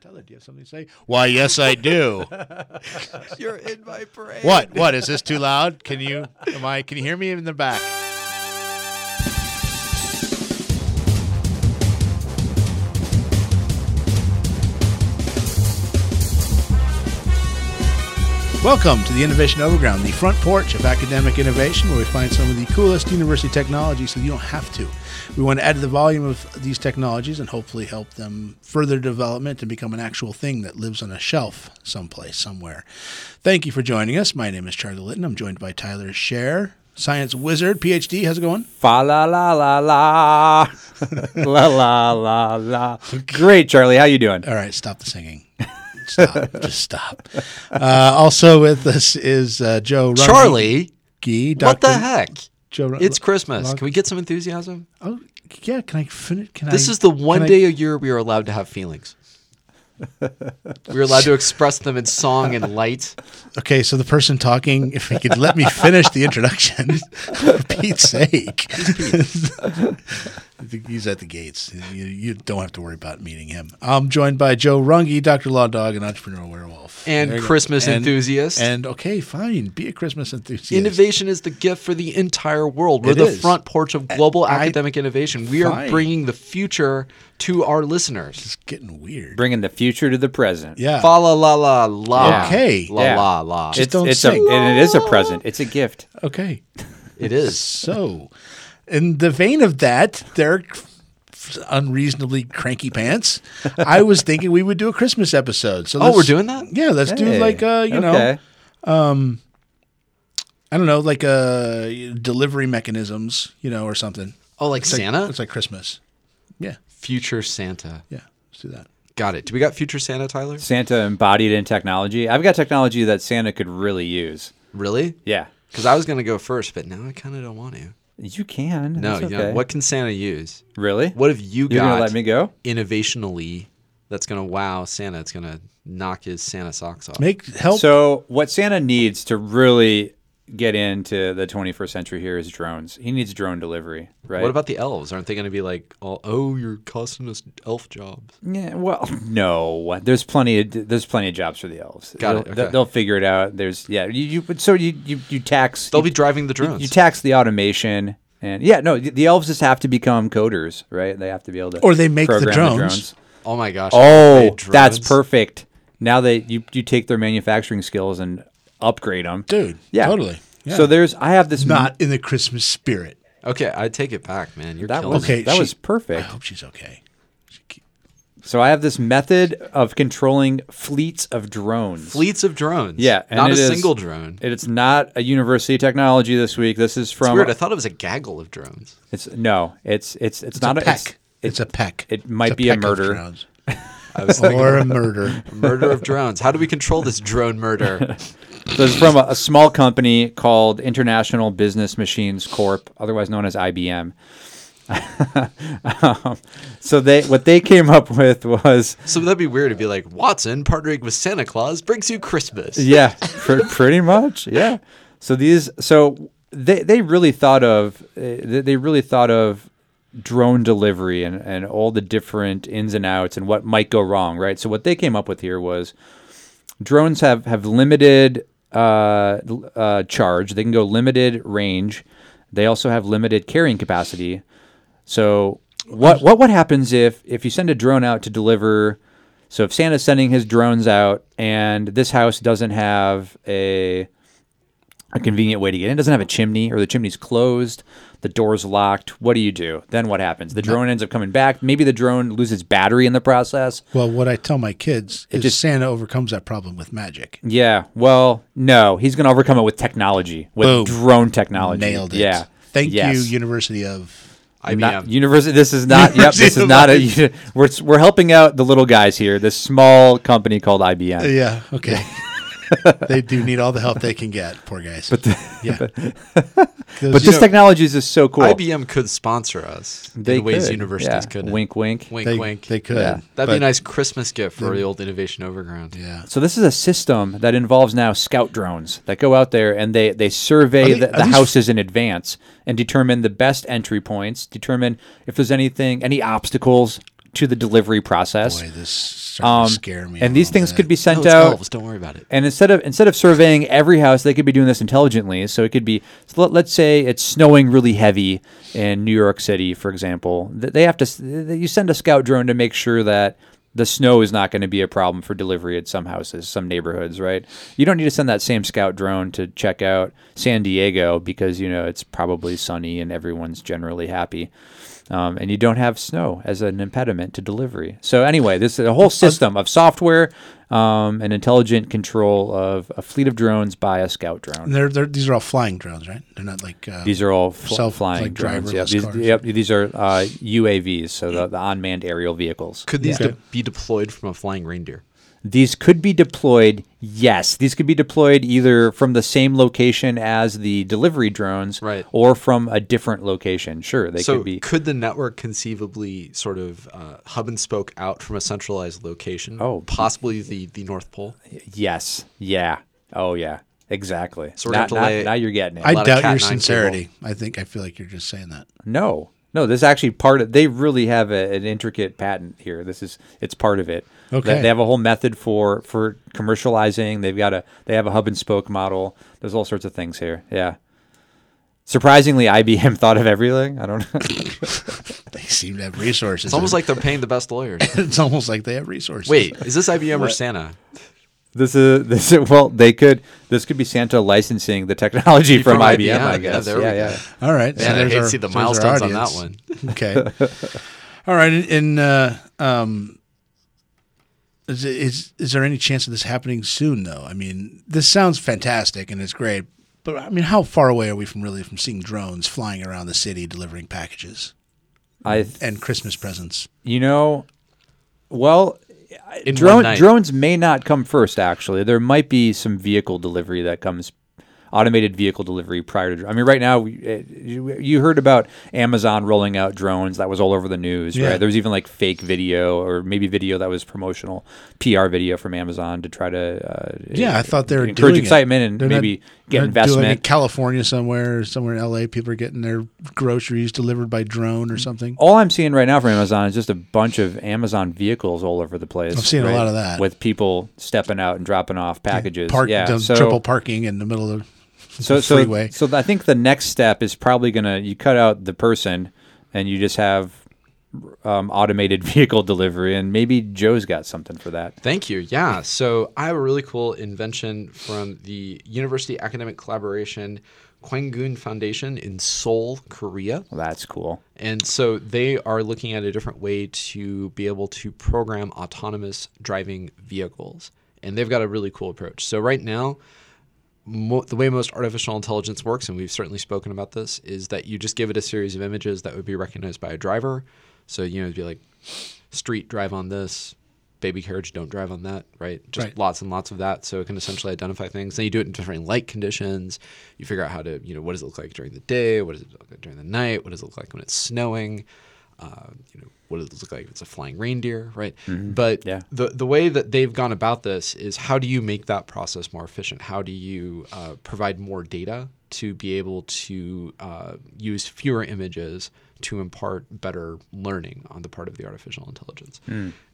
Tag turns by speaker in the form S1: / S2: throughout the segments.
S1: Tyler, do you have something to say? Why, yes, I do.
S2: You're in my parade.
S1: what? What? Is this too loud? Can you? Am I? Can you hear me in the back? Welcome to the Innovation Overground, the front porch of academic innovation, where we find some of the coolest university technologies so you don't have to. We want to add to the volume of these technologies and hopefully help them further development and become an actual thing that lives on a shelf someplace, somewhere. Thank you for joining us. My name is Charlie Litton. I'm joined by Tyler Scher, science wizard, PhD. How's it going?
S2: Fa la la la la. la la la la. Great, Charlie. How you doing?
S1: All right, stop the singing. Stop. just stop. Uh, also with us is uh, Joe Runge-
S3: Charlie,
S1: Gee,
S3: what the
S1: Dr.
S3: heck?
S1: Joe Run-
S3: It's Christmas.
S1: Log-
S3: Can we get some enthusiasm?
S1: Oh, yeah. Can I finish? Can
S3: This
S1: I-
S3: is the one
S1: can I-
S3: day a year we are allowed to have feelings. We're allowed to express them in song and light.
S1: okay, so the person talking, if he could let me finish the introduction, for Pete's sake. I think He's at the gates. You, you don't have to worry about meeting him. I'm joined by Joe Runge, Dr. Law Dog, and Entrepreneur Werewolf.
S3: And
S1: There you go.
S3: Christmas
S1: And-
S3: enthusiast.
S1: And okay, fine. Be a Christmas enthusiast.
S3: Innovation is the gift for the entire world. We're
S1: It
S3: the
S1: is.
S3: front porch of global
S1: I-
S3: academic innovation. We are
S1: Fine.
S3: bringing the future to our listeners.
S1: It's getting weird.
S2: Bringing the future to the present.
S1: yeah.
S3: Fa la la la la.
S2: Yeah.
S1: Okay.
S3: La
S2: Yeah.
S3: la la.
S1: Just
S2: it's,
S1: don't
S2: it's
S1: sing.
S2: A, and it is a present. It's a gift.
S1: Okay.
S3: it is.
S1: So, in the vein of that, they're unreasonably cranky pants. I was thinking we would do a Christmas episode. So
S3: Oh,
S1: let's-
S3: we're doing that?
S1: Yeah, let's do
S2: Hey,
S1: like uh, you know,
S2: okay.
S1: I don't know, like uh, delivery mechanisms, you know, or something.
S3: Oh, like
S1: It's like-
S3: Santa?
S1: It's like Christmas. Yeah,
S3: Future Santa.
S1: yeah. Let's do that.
S3: Got it. Do we got Future Santa, Tyler?
S2: Santa embodied in technology. I've got technology that Santa could really use.
S3: Really?
S2: Yeah.
S3: Because I was going to go first, but now I kind of don't want to.
S2: You can.
S3: No,
S2: That's
S3: you
S2: okay.
S3: know, what can Santa use?
S2: Really?
S3: What have you
S2: You're
S3: got
S2: gonna let me go?
S3: innovationally that's going to wow Santa? It's going to knock his Santa socks off.
S1: Make help.
S2: So, what Santa needs to really get into the 21st century here is drones. He needs drone delivery, right?
S3: What about the elves? Aren't they going to be like, oh, oh, you're costing us elf jobs?
S2: Yeah, well, no. There's plenty of there's plenty of jobs for the elves.
S3: Got
S2: they'll,
S3: it,
S2: they'll-
S3: okay.
S2: they'll figure it out. There's yeah. You, you but so you you, you tax
S3: They'll
S2: you,
S3: be driving the
S2: you,
S3: drones.
S2: you tax the automation and yeah no the, the elves just have to become coders right. They have to be able to
S1: Or they make the
S2: program
S1: drones.
S3: oh my gosh.
S2: Oh,
S3: Hey,
S2: that's
S3: drones.
S2: perfect. Now they you you take their manufacturing skills and upgrade them.
S1: dude.
S2: yeah,
S1: totally. Yeah.
S2: So there's I have this
S1: not in the Christmas spirit.
S3: Okay, I take it back, man. You're
S2: that
S3: killing
S2: was
S3: me.
S1: Okay,
S2: that
S1: she-
S2: was
S1: I
S2: perfect.
S1: hope she's okay. She keep-
S2: So I have this method of controlling fleets of drones.
S3: Fleets of drones.
S2: Yeah, and
S3: Not a
S2: it is-
S3: single drone. It's
S2: It's not a university technology this week. This is from
S3: weird. I thought it was a gaggle of drones.
S2: it's no, it's it's it's,
S1: It's
S2: not
S1: a peck.
S2: it's-
S1: it's a peck.
S2: it might
S1: It's
S2: be a
S1: peck of
S2: murder.
S1: drowns.
S3: I was thinking
S1: or a murder.
S3: murder of drones. How do we control this drone murder?
S2: So it's from a, a small company called International Business Machines Corp, otherwise known as IBM. um, so they what they came up with was
S3: So that'd be weird to be like, Watson partnering with Santa Claus brings you Christmas.
S2: yeah, pr- pretty much. Yeah. So these, so they they really thought of uh, they they really thought of drone delivery and and all the different ins and outs and what might go wrong, right? So what they came up with here was drones have have limited uh, l- uh, charge. They can go limited range. They also have limited carrying capacity. So what what what happens if if you send a drone out to deliver? So if Santa's sending his drones out and this house doesn't have a a convenient way to get in, doesn't have a chimney, or the chimney's closed, the door's locked. What do you do? Then what happens? The drone ends up coming back. Maybe the drone loses battery in the process.
S1: Well, what I tell my kids is
S2: just-
S1: Santa overcomes that problem with magic.
S2: Yeah. Well, no, he's going to overcome it with technology, with
S1: Boom.
S2: drone technology.
S1: Nailed it.
S2: Yeah.
S1: Thank
S2: Yes.
S1: you, University of.
S3: IBM.
S2: Not, university. This is not. yep. This
S1: University
S2: is
S1: of
S2: not a. We're we're helping out the little guys here. This small company called IBM.
S1: Yeah. Okay. they do need all the help they can get. Poor guys. But yeah.
S2: But this technology is just so cool.
S3: IBM could sponsor us
S2: They
S3: in ways
S2: could,
S3: universities
S2: yeah.
S3: couldn't.
S2: Wink, wink.
S3: wink,
S1: they,
S3: wink.
S1: they could.
S2: Yeah.
S3: That'd
S1: but-
S3: be a nice Christmas gift for the old Innovation Overground.
S1: Yeah.
S2: So this is a system that involves now scout drones that go out there and they they survey
S1: Are they-
S2: the,
S1: are
S2: the
S1: these-
S2: houses in advance and determine the best entry points, determine if there's anything, any obstacles to the delivery process. Um,
S1: Boy, this starting to scare me.
S2: and uh, these things could be
S3: No,
S2: sent
S3: it's
S2: out.
S3: elves. Don't worry about it.
S2: And instead of instead of surveying every house, they could be doing this intelligently. So it could be so let, let's say it's snowing really heavy in New York City, for example. Th- They have to s- th- you send a scout drone to make sure that the snow is not going to be a problem for delivery at some houses, some neighborhoods, right? You don't need to send that same scout drone to check out San Diego because you know it's probably sunny and everyone's generally happy. Um, and you don't have snow as an impediment to delivery. So anyway, this is a whole system of software um, and intelligent control of a fleet of drones by a scout drone.
S1: They're, they're, these are all flying drones, right? They're not like uh,
S2: These are all fl-
S1: Self-
S2: flying
S1: like
S2: drones. Yep.
S1: driverless
S2: These,
S1: cars.
S2: yep, these are uh, UAVs, so the, the unmanned aerial vehicles.
S3: Could these
S1: Yeah.
S3: de- be deployed from a flying reindeer?
S2: These could be deployed. Yes, these could be deployed either from the same location as the delivery drones,
S3: Right.
S2: or from a different location. Sure, they
S3: so
S2: could be.
S3: the network conceivably sort of uh, hub and spoke out from a centralized location?
S2: Oh.
S3: possibly the the North Pole.
S2: Yes. Yeah. Oh, yeah. Exactly.
S3: So we're gonna
S2: now,
S3: have to
S2: now,
S3: lay-
S2: now you're getting it.
S1: I
S3: lot of
S1: doubt
S3: Cat
S1: your
S3: nine
S1: sincerity. I think I feel like you're just saying that.
S2: No, no. This is actually part of. They really have a, an intricate patent here. This is it's part of it. They-
S1: Okay.
S2: They have a whole method for for commercializing. They've got a they have a hub and spoke model. There's all sorts of things here. Yeah. Surprisingly, IBM thought of everything. I don't know.
S1: They seem to have resources.
S3: It's almost like they're paying the best lawyers.
S1: it's almost like they have resources.
S3: Wait, is this IBM or Santa?
S2: this is this is well. They could this could be Santa licensing the technology from,
S3: from
S2: IBM.
S3: IBM,
S2: I
S3: yeah,
S2: guess.
S3: there we
S2: yeah,
S3: go.
S2: yeah.
S1: All right.
S3: Man, I
S1: there's
S3: hate to see the
S1: so there's our
S3: milestones on that
S1: audience. okay. All right. And, and uh, um, is, is is there any chance of this happening soon? Though I mean, this sounds fantastic and it's great, but I mean, how far away are we from really from seeing drones flying around the city delivering packages
S2: I
S1: and Christmas presents?
S2: You know, well,
S3: In one
S2: drone,
S3: night.
S2: drones may not come first. Actually, there might be some vehicle delivery that comes, automated vehicle delivery prior to. dr- I mean, right now, we- eh, you you heard about Amazon rolling out drones. That was all over the news,
S1: Yeah.
S2: right? There was even like fake video or maybe video that was promotional PR video from Amazon to try to. Uh,
S1: Yeah, I thought they were
S2: encourage
S1: doing it.
S2: excitement and
S1: They're not-
S2: maybe get
S1: they're Doing it in
S2: investment.
S1: California somewhere, somewhere in LA, people are getting their groceries delivered by drone or something.
S2: all I'm seeing right now from Amazon is just a bunch of Amazon vehicles all over the place.
S1: I've seen a
S2: right?
S1: lot of that.
S2: with people stepping out and dropping off packages.
S1: Park,
S2: yeah,
S1: done
S2: so,
S1: triple parking in the middle of
S2: so,
S1: the
S2: so,
S1: freeway.
S2: So I think the next step is probably gonna you cut out the person, and you just have um, automated vehicle delivery, and maybe Joe's got something for that.
S3: Thank you. Yeah. So I have a really cool invention from the University Academic Collaboration Kwangun Foundation in Seoul, Korea.
S2: Well, that's cool.
S3: And so they are looking at a different way to be able to program autonomous driving vehicles. And they've got a really cool approach. So right now, mo- the way most artificial intelligence works, and we've certainly spoken about this, is that you just give it a series of images that would be recognized by a driver. So you know, it'd be like street drive on this, baby carriage don't drive on that, right? Just
S1: Right.
S3: lots and lots of that. So it can essentially identify things. Then you do it in different light conditions. You figure out how to, you know, what does it look like during the day? What does it look like during the night? What does it look like when it's snowing? Uh, you know, what does it look like if it's a flying reindeer, right? But
S2: Yeah.
S3: the the way that they've gone about this is how do you make that process more efficient? How do you uh, provide more data to be able to uh, use fewer images to impart better learning on the part of the artificial intelligence?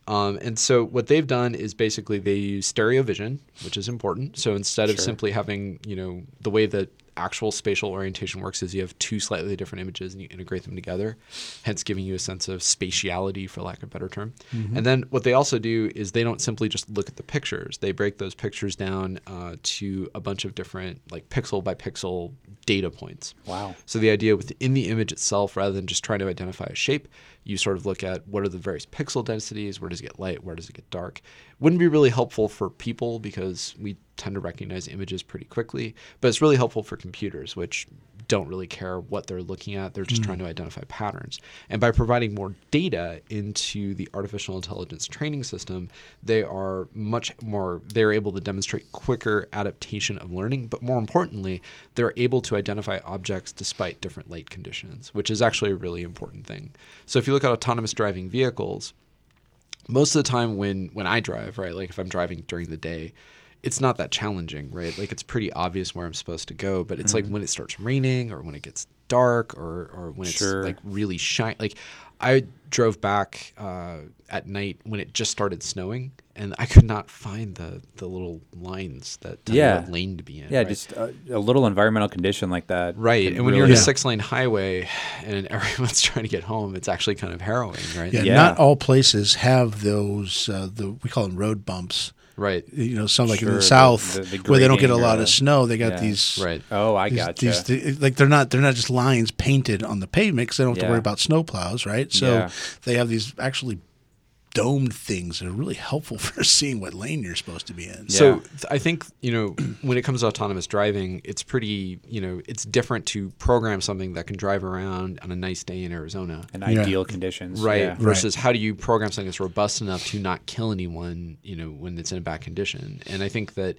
S3: Um, and so what they've done is basically they use stereo vision, which is important. So instead of simply having you know the way that actual spatial orientation works is you have two slightly different images and you integrate them together, hence giving you a sense of spatiality, for lack of a better term. And then what they also do is they don't simply just look at the pictures; they break those pictures down uh, to a bunch of different, like pixel by pixel data points.
S2: Wow.
S3: So the idea within the image itself, rather than just trying to identify a shape, you sort of look at what are the various pixel densities, where does it get light, where does it get dark. Wouldn't be really helpful for people because we tend to recognize images pretty quickly, but it's really helpful for computers, which don't really care what they're looking at. They're just trying to identify patterns. And by providing more data into the artificial intelligence training system, they are much more, they're able to demonstrate quicker adaptation of learning. But more importantly, they're able to identify objects despite different light conditions, which is actually a really important thing. So if you look at autonomous driving vehicles, most of the time when when I drive, right, like if I'm driving during the day, it's not that challenging, right? Like it's pretty obvious where I'm supposed to go, but it's like when it starts raining or when it gets dark or or when it's
S2: Sure.
S3: like really shine like I drove back uh, at night when it just started snowing, and I could not find the the little lines that tell
S2: Yeah.
S3: you what lane to be in.
S2: Yeah,
S3: right?
S2: just a, a little environmental condition like that.
S3: Right,
S2: can
S3: and when you're in
S2: really-
S3: a six lane highway and everyone's trying to get home, it's actually kind of harrowing, right?
S1: Yeah,
S2: Yeah.
S1: not all places have those. Uh, the we call them road bumps.
S3: Right,
S1: You know, some like in
S2: Sure,
S1: the
S2: the-
S1: south
S2: the- the
S1: where they don't get a
S2: grading or
S1: lot
S2: the-
S1: of snow. They got
S2: yeah.
S1: these
S3: right.
S2: Oh, I
S1: these,
S2: gotcha.
S1: these- th- like they're not they're not just lines painted on the pavement because they don't have to
S2: Yeah.
S1: worry about snow plows, right? So
S2: Yeah.
S1: they have these actually domed things that are really helpful for seeing what lane you're supposed to be in.
S2: Yeah.
S1: Yeah.
S3: So th- I think you know when it comes to autonomous driving, it's pretty you know it's different to program something that can drive around on a nice day in Arizona,
S2: and
S1: Yeah.
S2: ideal conditions.
S3: right?
S2: yeah.
S3: Versus how do you program something that's robust enough to not kill anyone, you know, when it's in a bad condition? And I think that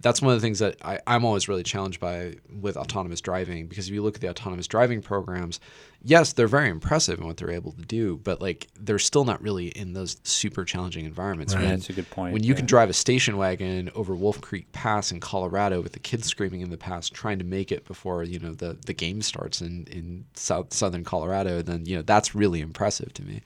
S3: that's one of the things that I, I'm always really challenged by with autonomous driving because if you look at the autonomous driving programs, yes, they're very impressive in what they're able to do, but like they're still not really in those super challenging environments.
S1: Right.
S3: When-
S2: That's a good point,
S3: When you can
S2: yeah.
S3: drive a station wagon over Wolf Creek Pass in Colorado with the kids screaming in the pass, trying to make it before you know the, the game starts in in south, southern Colorado, then you know that's really impressive to me.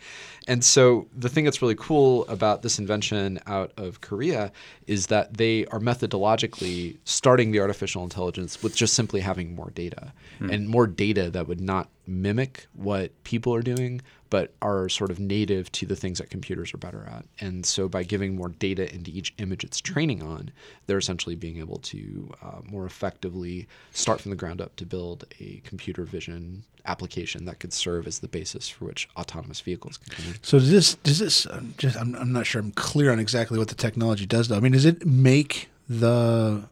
S3: And so the thing that's really cool about this invention out of Korea is that they are methodologically starting the artificial intelligence with just simply having more data
S2: Hmm.
S3: and more data that would not mimic what people are doing but are sort of native to the things that computers are better at. And so by giving more data into each image it's training on, they're essentially being able to uh, more effectively start from the ground up to build a computer vision application that could serve as the basis for which autonomous vehicles can come in.
S1: So does this does this I'm just I'm, I'm not sure I'm clear on exactly what the technology does though. I mean, does it make the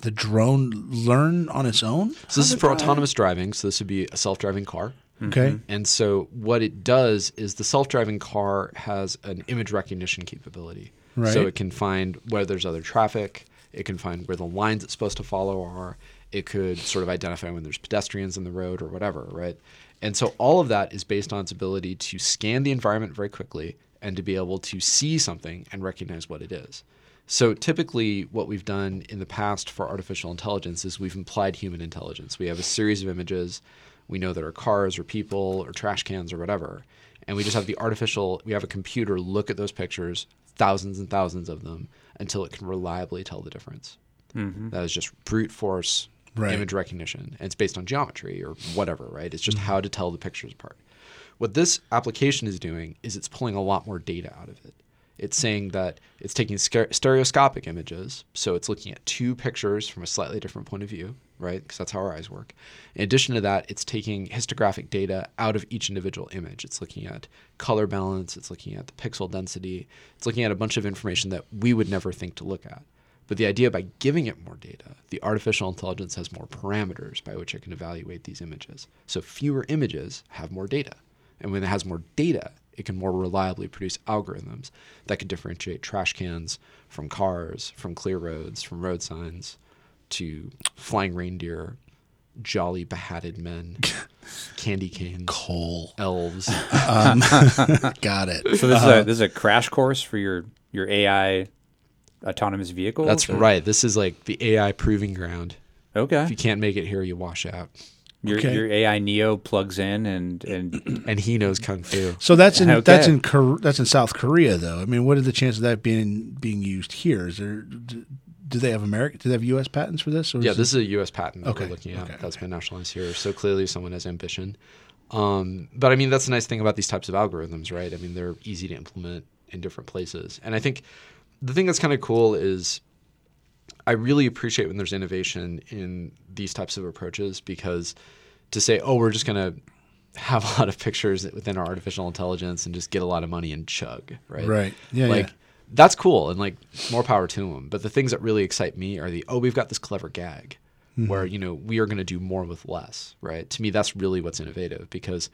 S1: the drone learn on its own?
S3: So this is for autonomous driving. So this would be a self-driving car.
S1: Okay.
S2: Mm-hmm.
S3: And so what it does is the self-driving car has an image recognition capability.
S1: Right.
S3: So it can find where there's other traffic. It can find where the lines it's supposed to follow are. It could sort of identify when there's pedestrians in the road or whatever, right? And so all of that is based on its ability to scan the environment very quickly and to be able to see something and recognize what it is. So typically, what we've done in the past for artificial intelligence is we've implied human intelligence. We have a series of images. We know there are cars or people or trash cans or whatever. And we just have the artificial, we have a computer look at those pictures, thousands and thousands of them, until it can reliably tell the difference. That is just brute force
S1: Right.
S3: image recognition. And it's based on geometry or whatever, right? It's just how to tell the pictures apart. What this application is doing is it's pulling a lot more data out of it. It's saying that it's taking sca- stereoscopic images, so it's looking at two pictures from a slightly different point of view, right? Because that's how our eyes work. In addition to that, it's taking histographic data out of each individual image. It's looking at color balance, it's looking at the pixel density, it's looking at a bunch of information that we would never think to look at. But the idea by giving it more data, the artificial intelligence has more parameters by which it can evaluate these images. So fewer images have more data. And when it has more data, it can more reliably produce algorithms that can differentiate trash cans from cars, from clear roads, from road signs, to flying reindeer, jolly behatted men, candy canes,
S1: Coal.
S3: elves.
S1: Got it.
S2: So this
S1: Uh-huh.
S2: is a this is a crash course for your your AI autonomous vehicle.
S3: That's right. This is like the AI proving ground. If you
S2: Okay.
S3: can't make it here, you wash out.
S2: Your
S1: Okay.
S2: your AI Neo plugs in and and
S3: And he knows kung fu.
S1: So that's in
S2: Okay.
S1: that's in Kor- that's in South Korea though. I mean, what are the chances of that being being used here? Is there do, do they have American? Do they have U.S. patents for this? Or
S3: Yeah,
S1: is
S3: this is a U.S. patent that
S1: Okay,
S3: we're looking at
S1: okay,
S3: that's been nationalized here. So clearly, someone has ambition. Um, but I mean, that's the nice thing about these types of algorithms, right? I mean, they're easy to implement in different places. And I think the thing that's kind of cool is I really appreciate when there's innovation in these types of approaches because to say, oh, we're just going to have a lot of pictures within our artificial intelligence and just get a lot of money and chug, right?
S1: Right. Yeah,
S3: Like,
S1: yeah.
S3: that's cool and like more power to them. But the things that really excite me are the oh, we've got this clever gag where you know we are going to do more with less, right? To me, that's really what's innovative because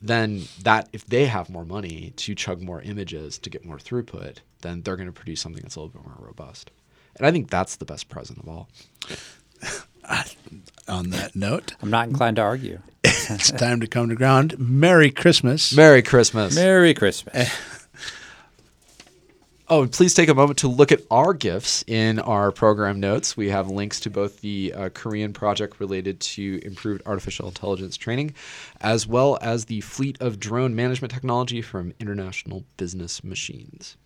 S3: then that if they have more money to chug more images to get more throughput, then they're going to produce something that's a little bit more robust. And I think that's the best present of all.
S1: on that note,
S2: I'm not inclined to argue.
S1: it's time to come to ground. Merry Christmas.
S3: Merry Christmas.
S2: Merry Christmas.
S3: Oh, and please take a moment to look at our gifts in our program notes. We have links to both the uh, Korean project related to improved artificial intelligence training, as well as the fleet of drone management technology from International Business Machines.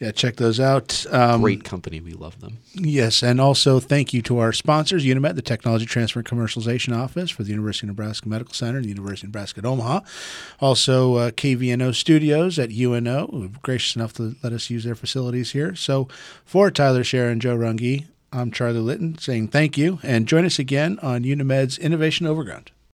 S1: Yeah, check those out. Um,
S3: Great company. We love them.
S1: Yes, and also thank you to our sponsors, Unimed, the Technology Transfer and Commercialization Office for the University of Nebraska Medical Center and the University of Nebraska at Omaha. Also, uh, KVNO Studios at UNO, who were gracious enough to let us use their facilities here. So, for Tyler Sharon, Joe Runge, I'm Charlie Litton saying thank you, and join us again on Unimed's Innovation Overground.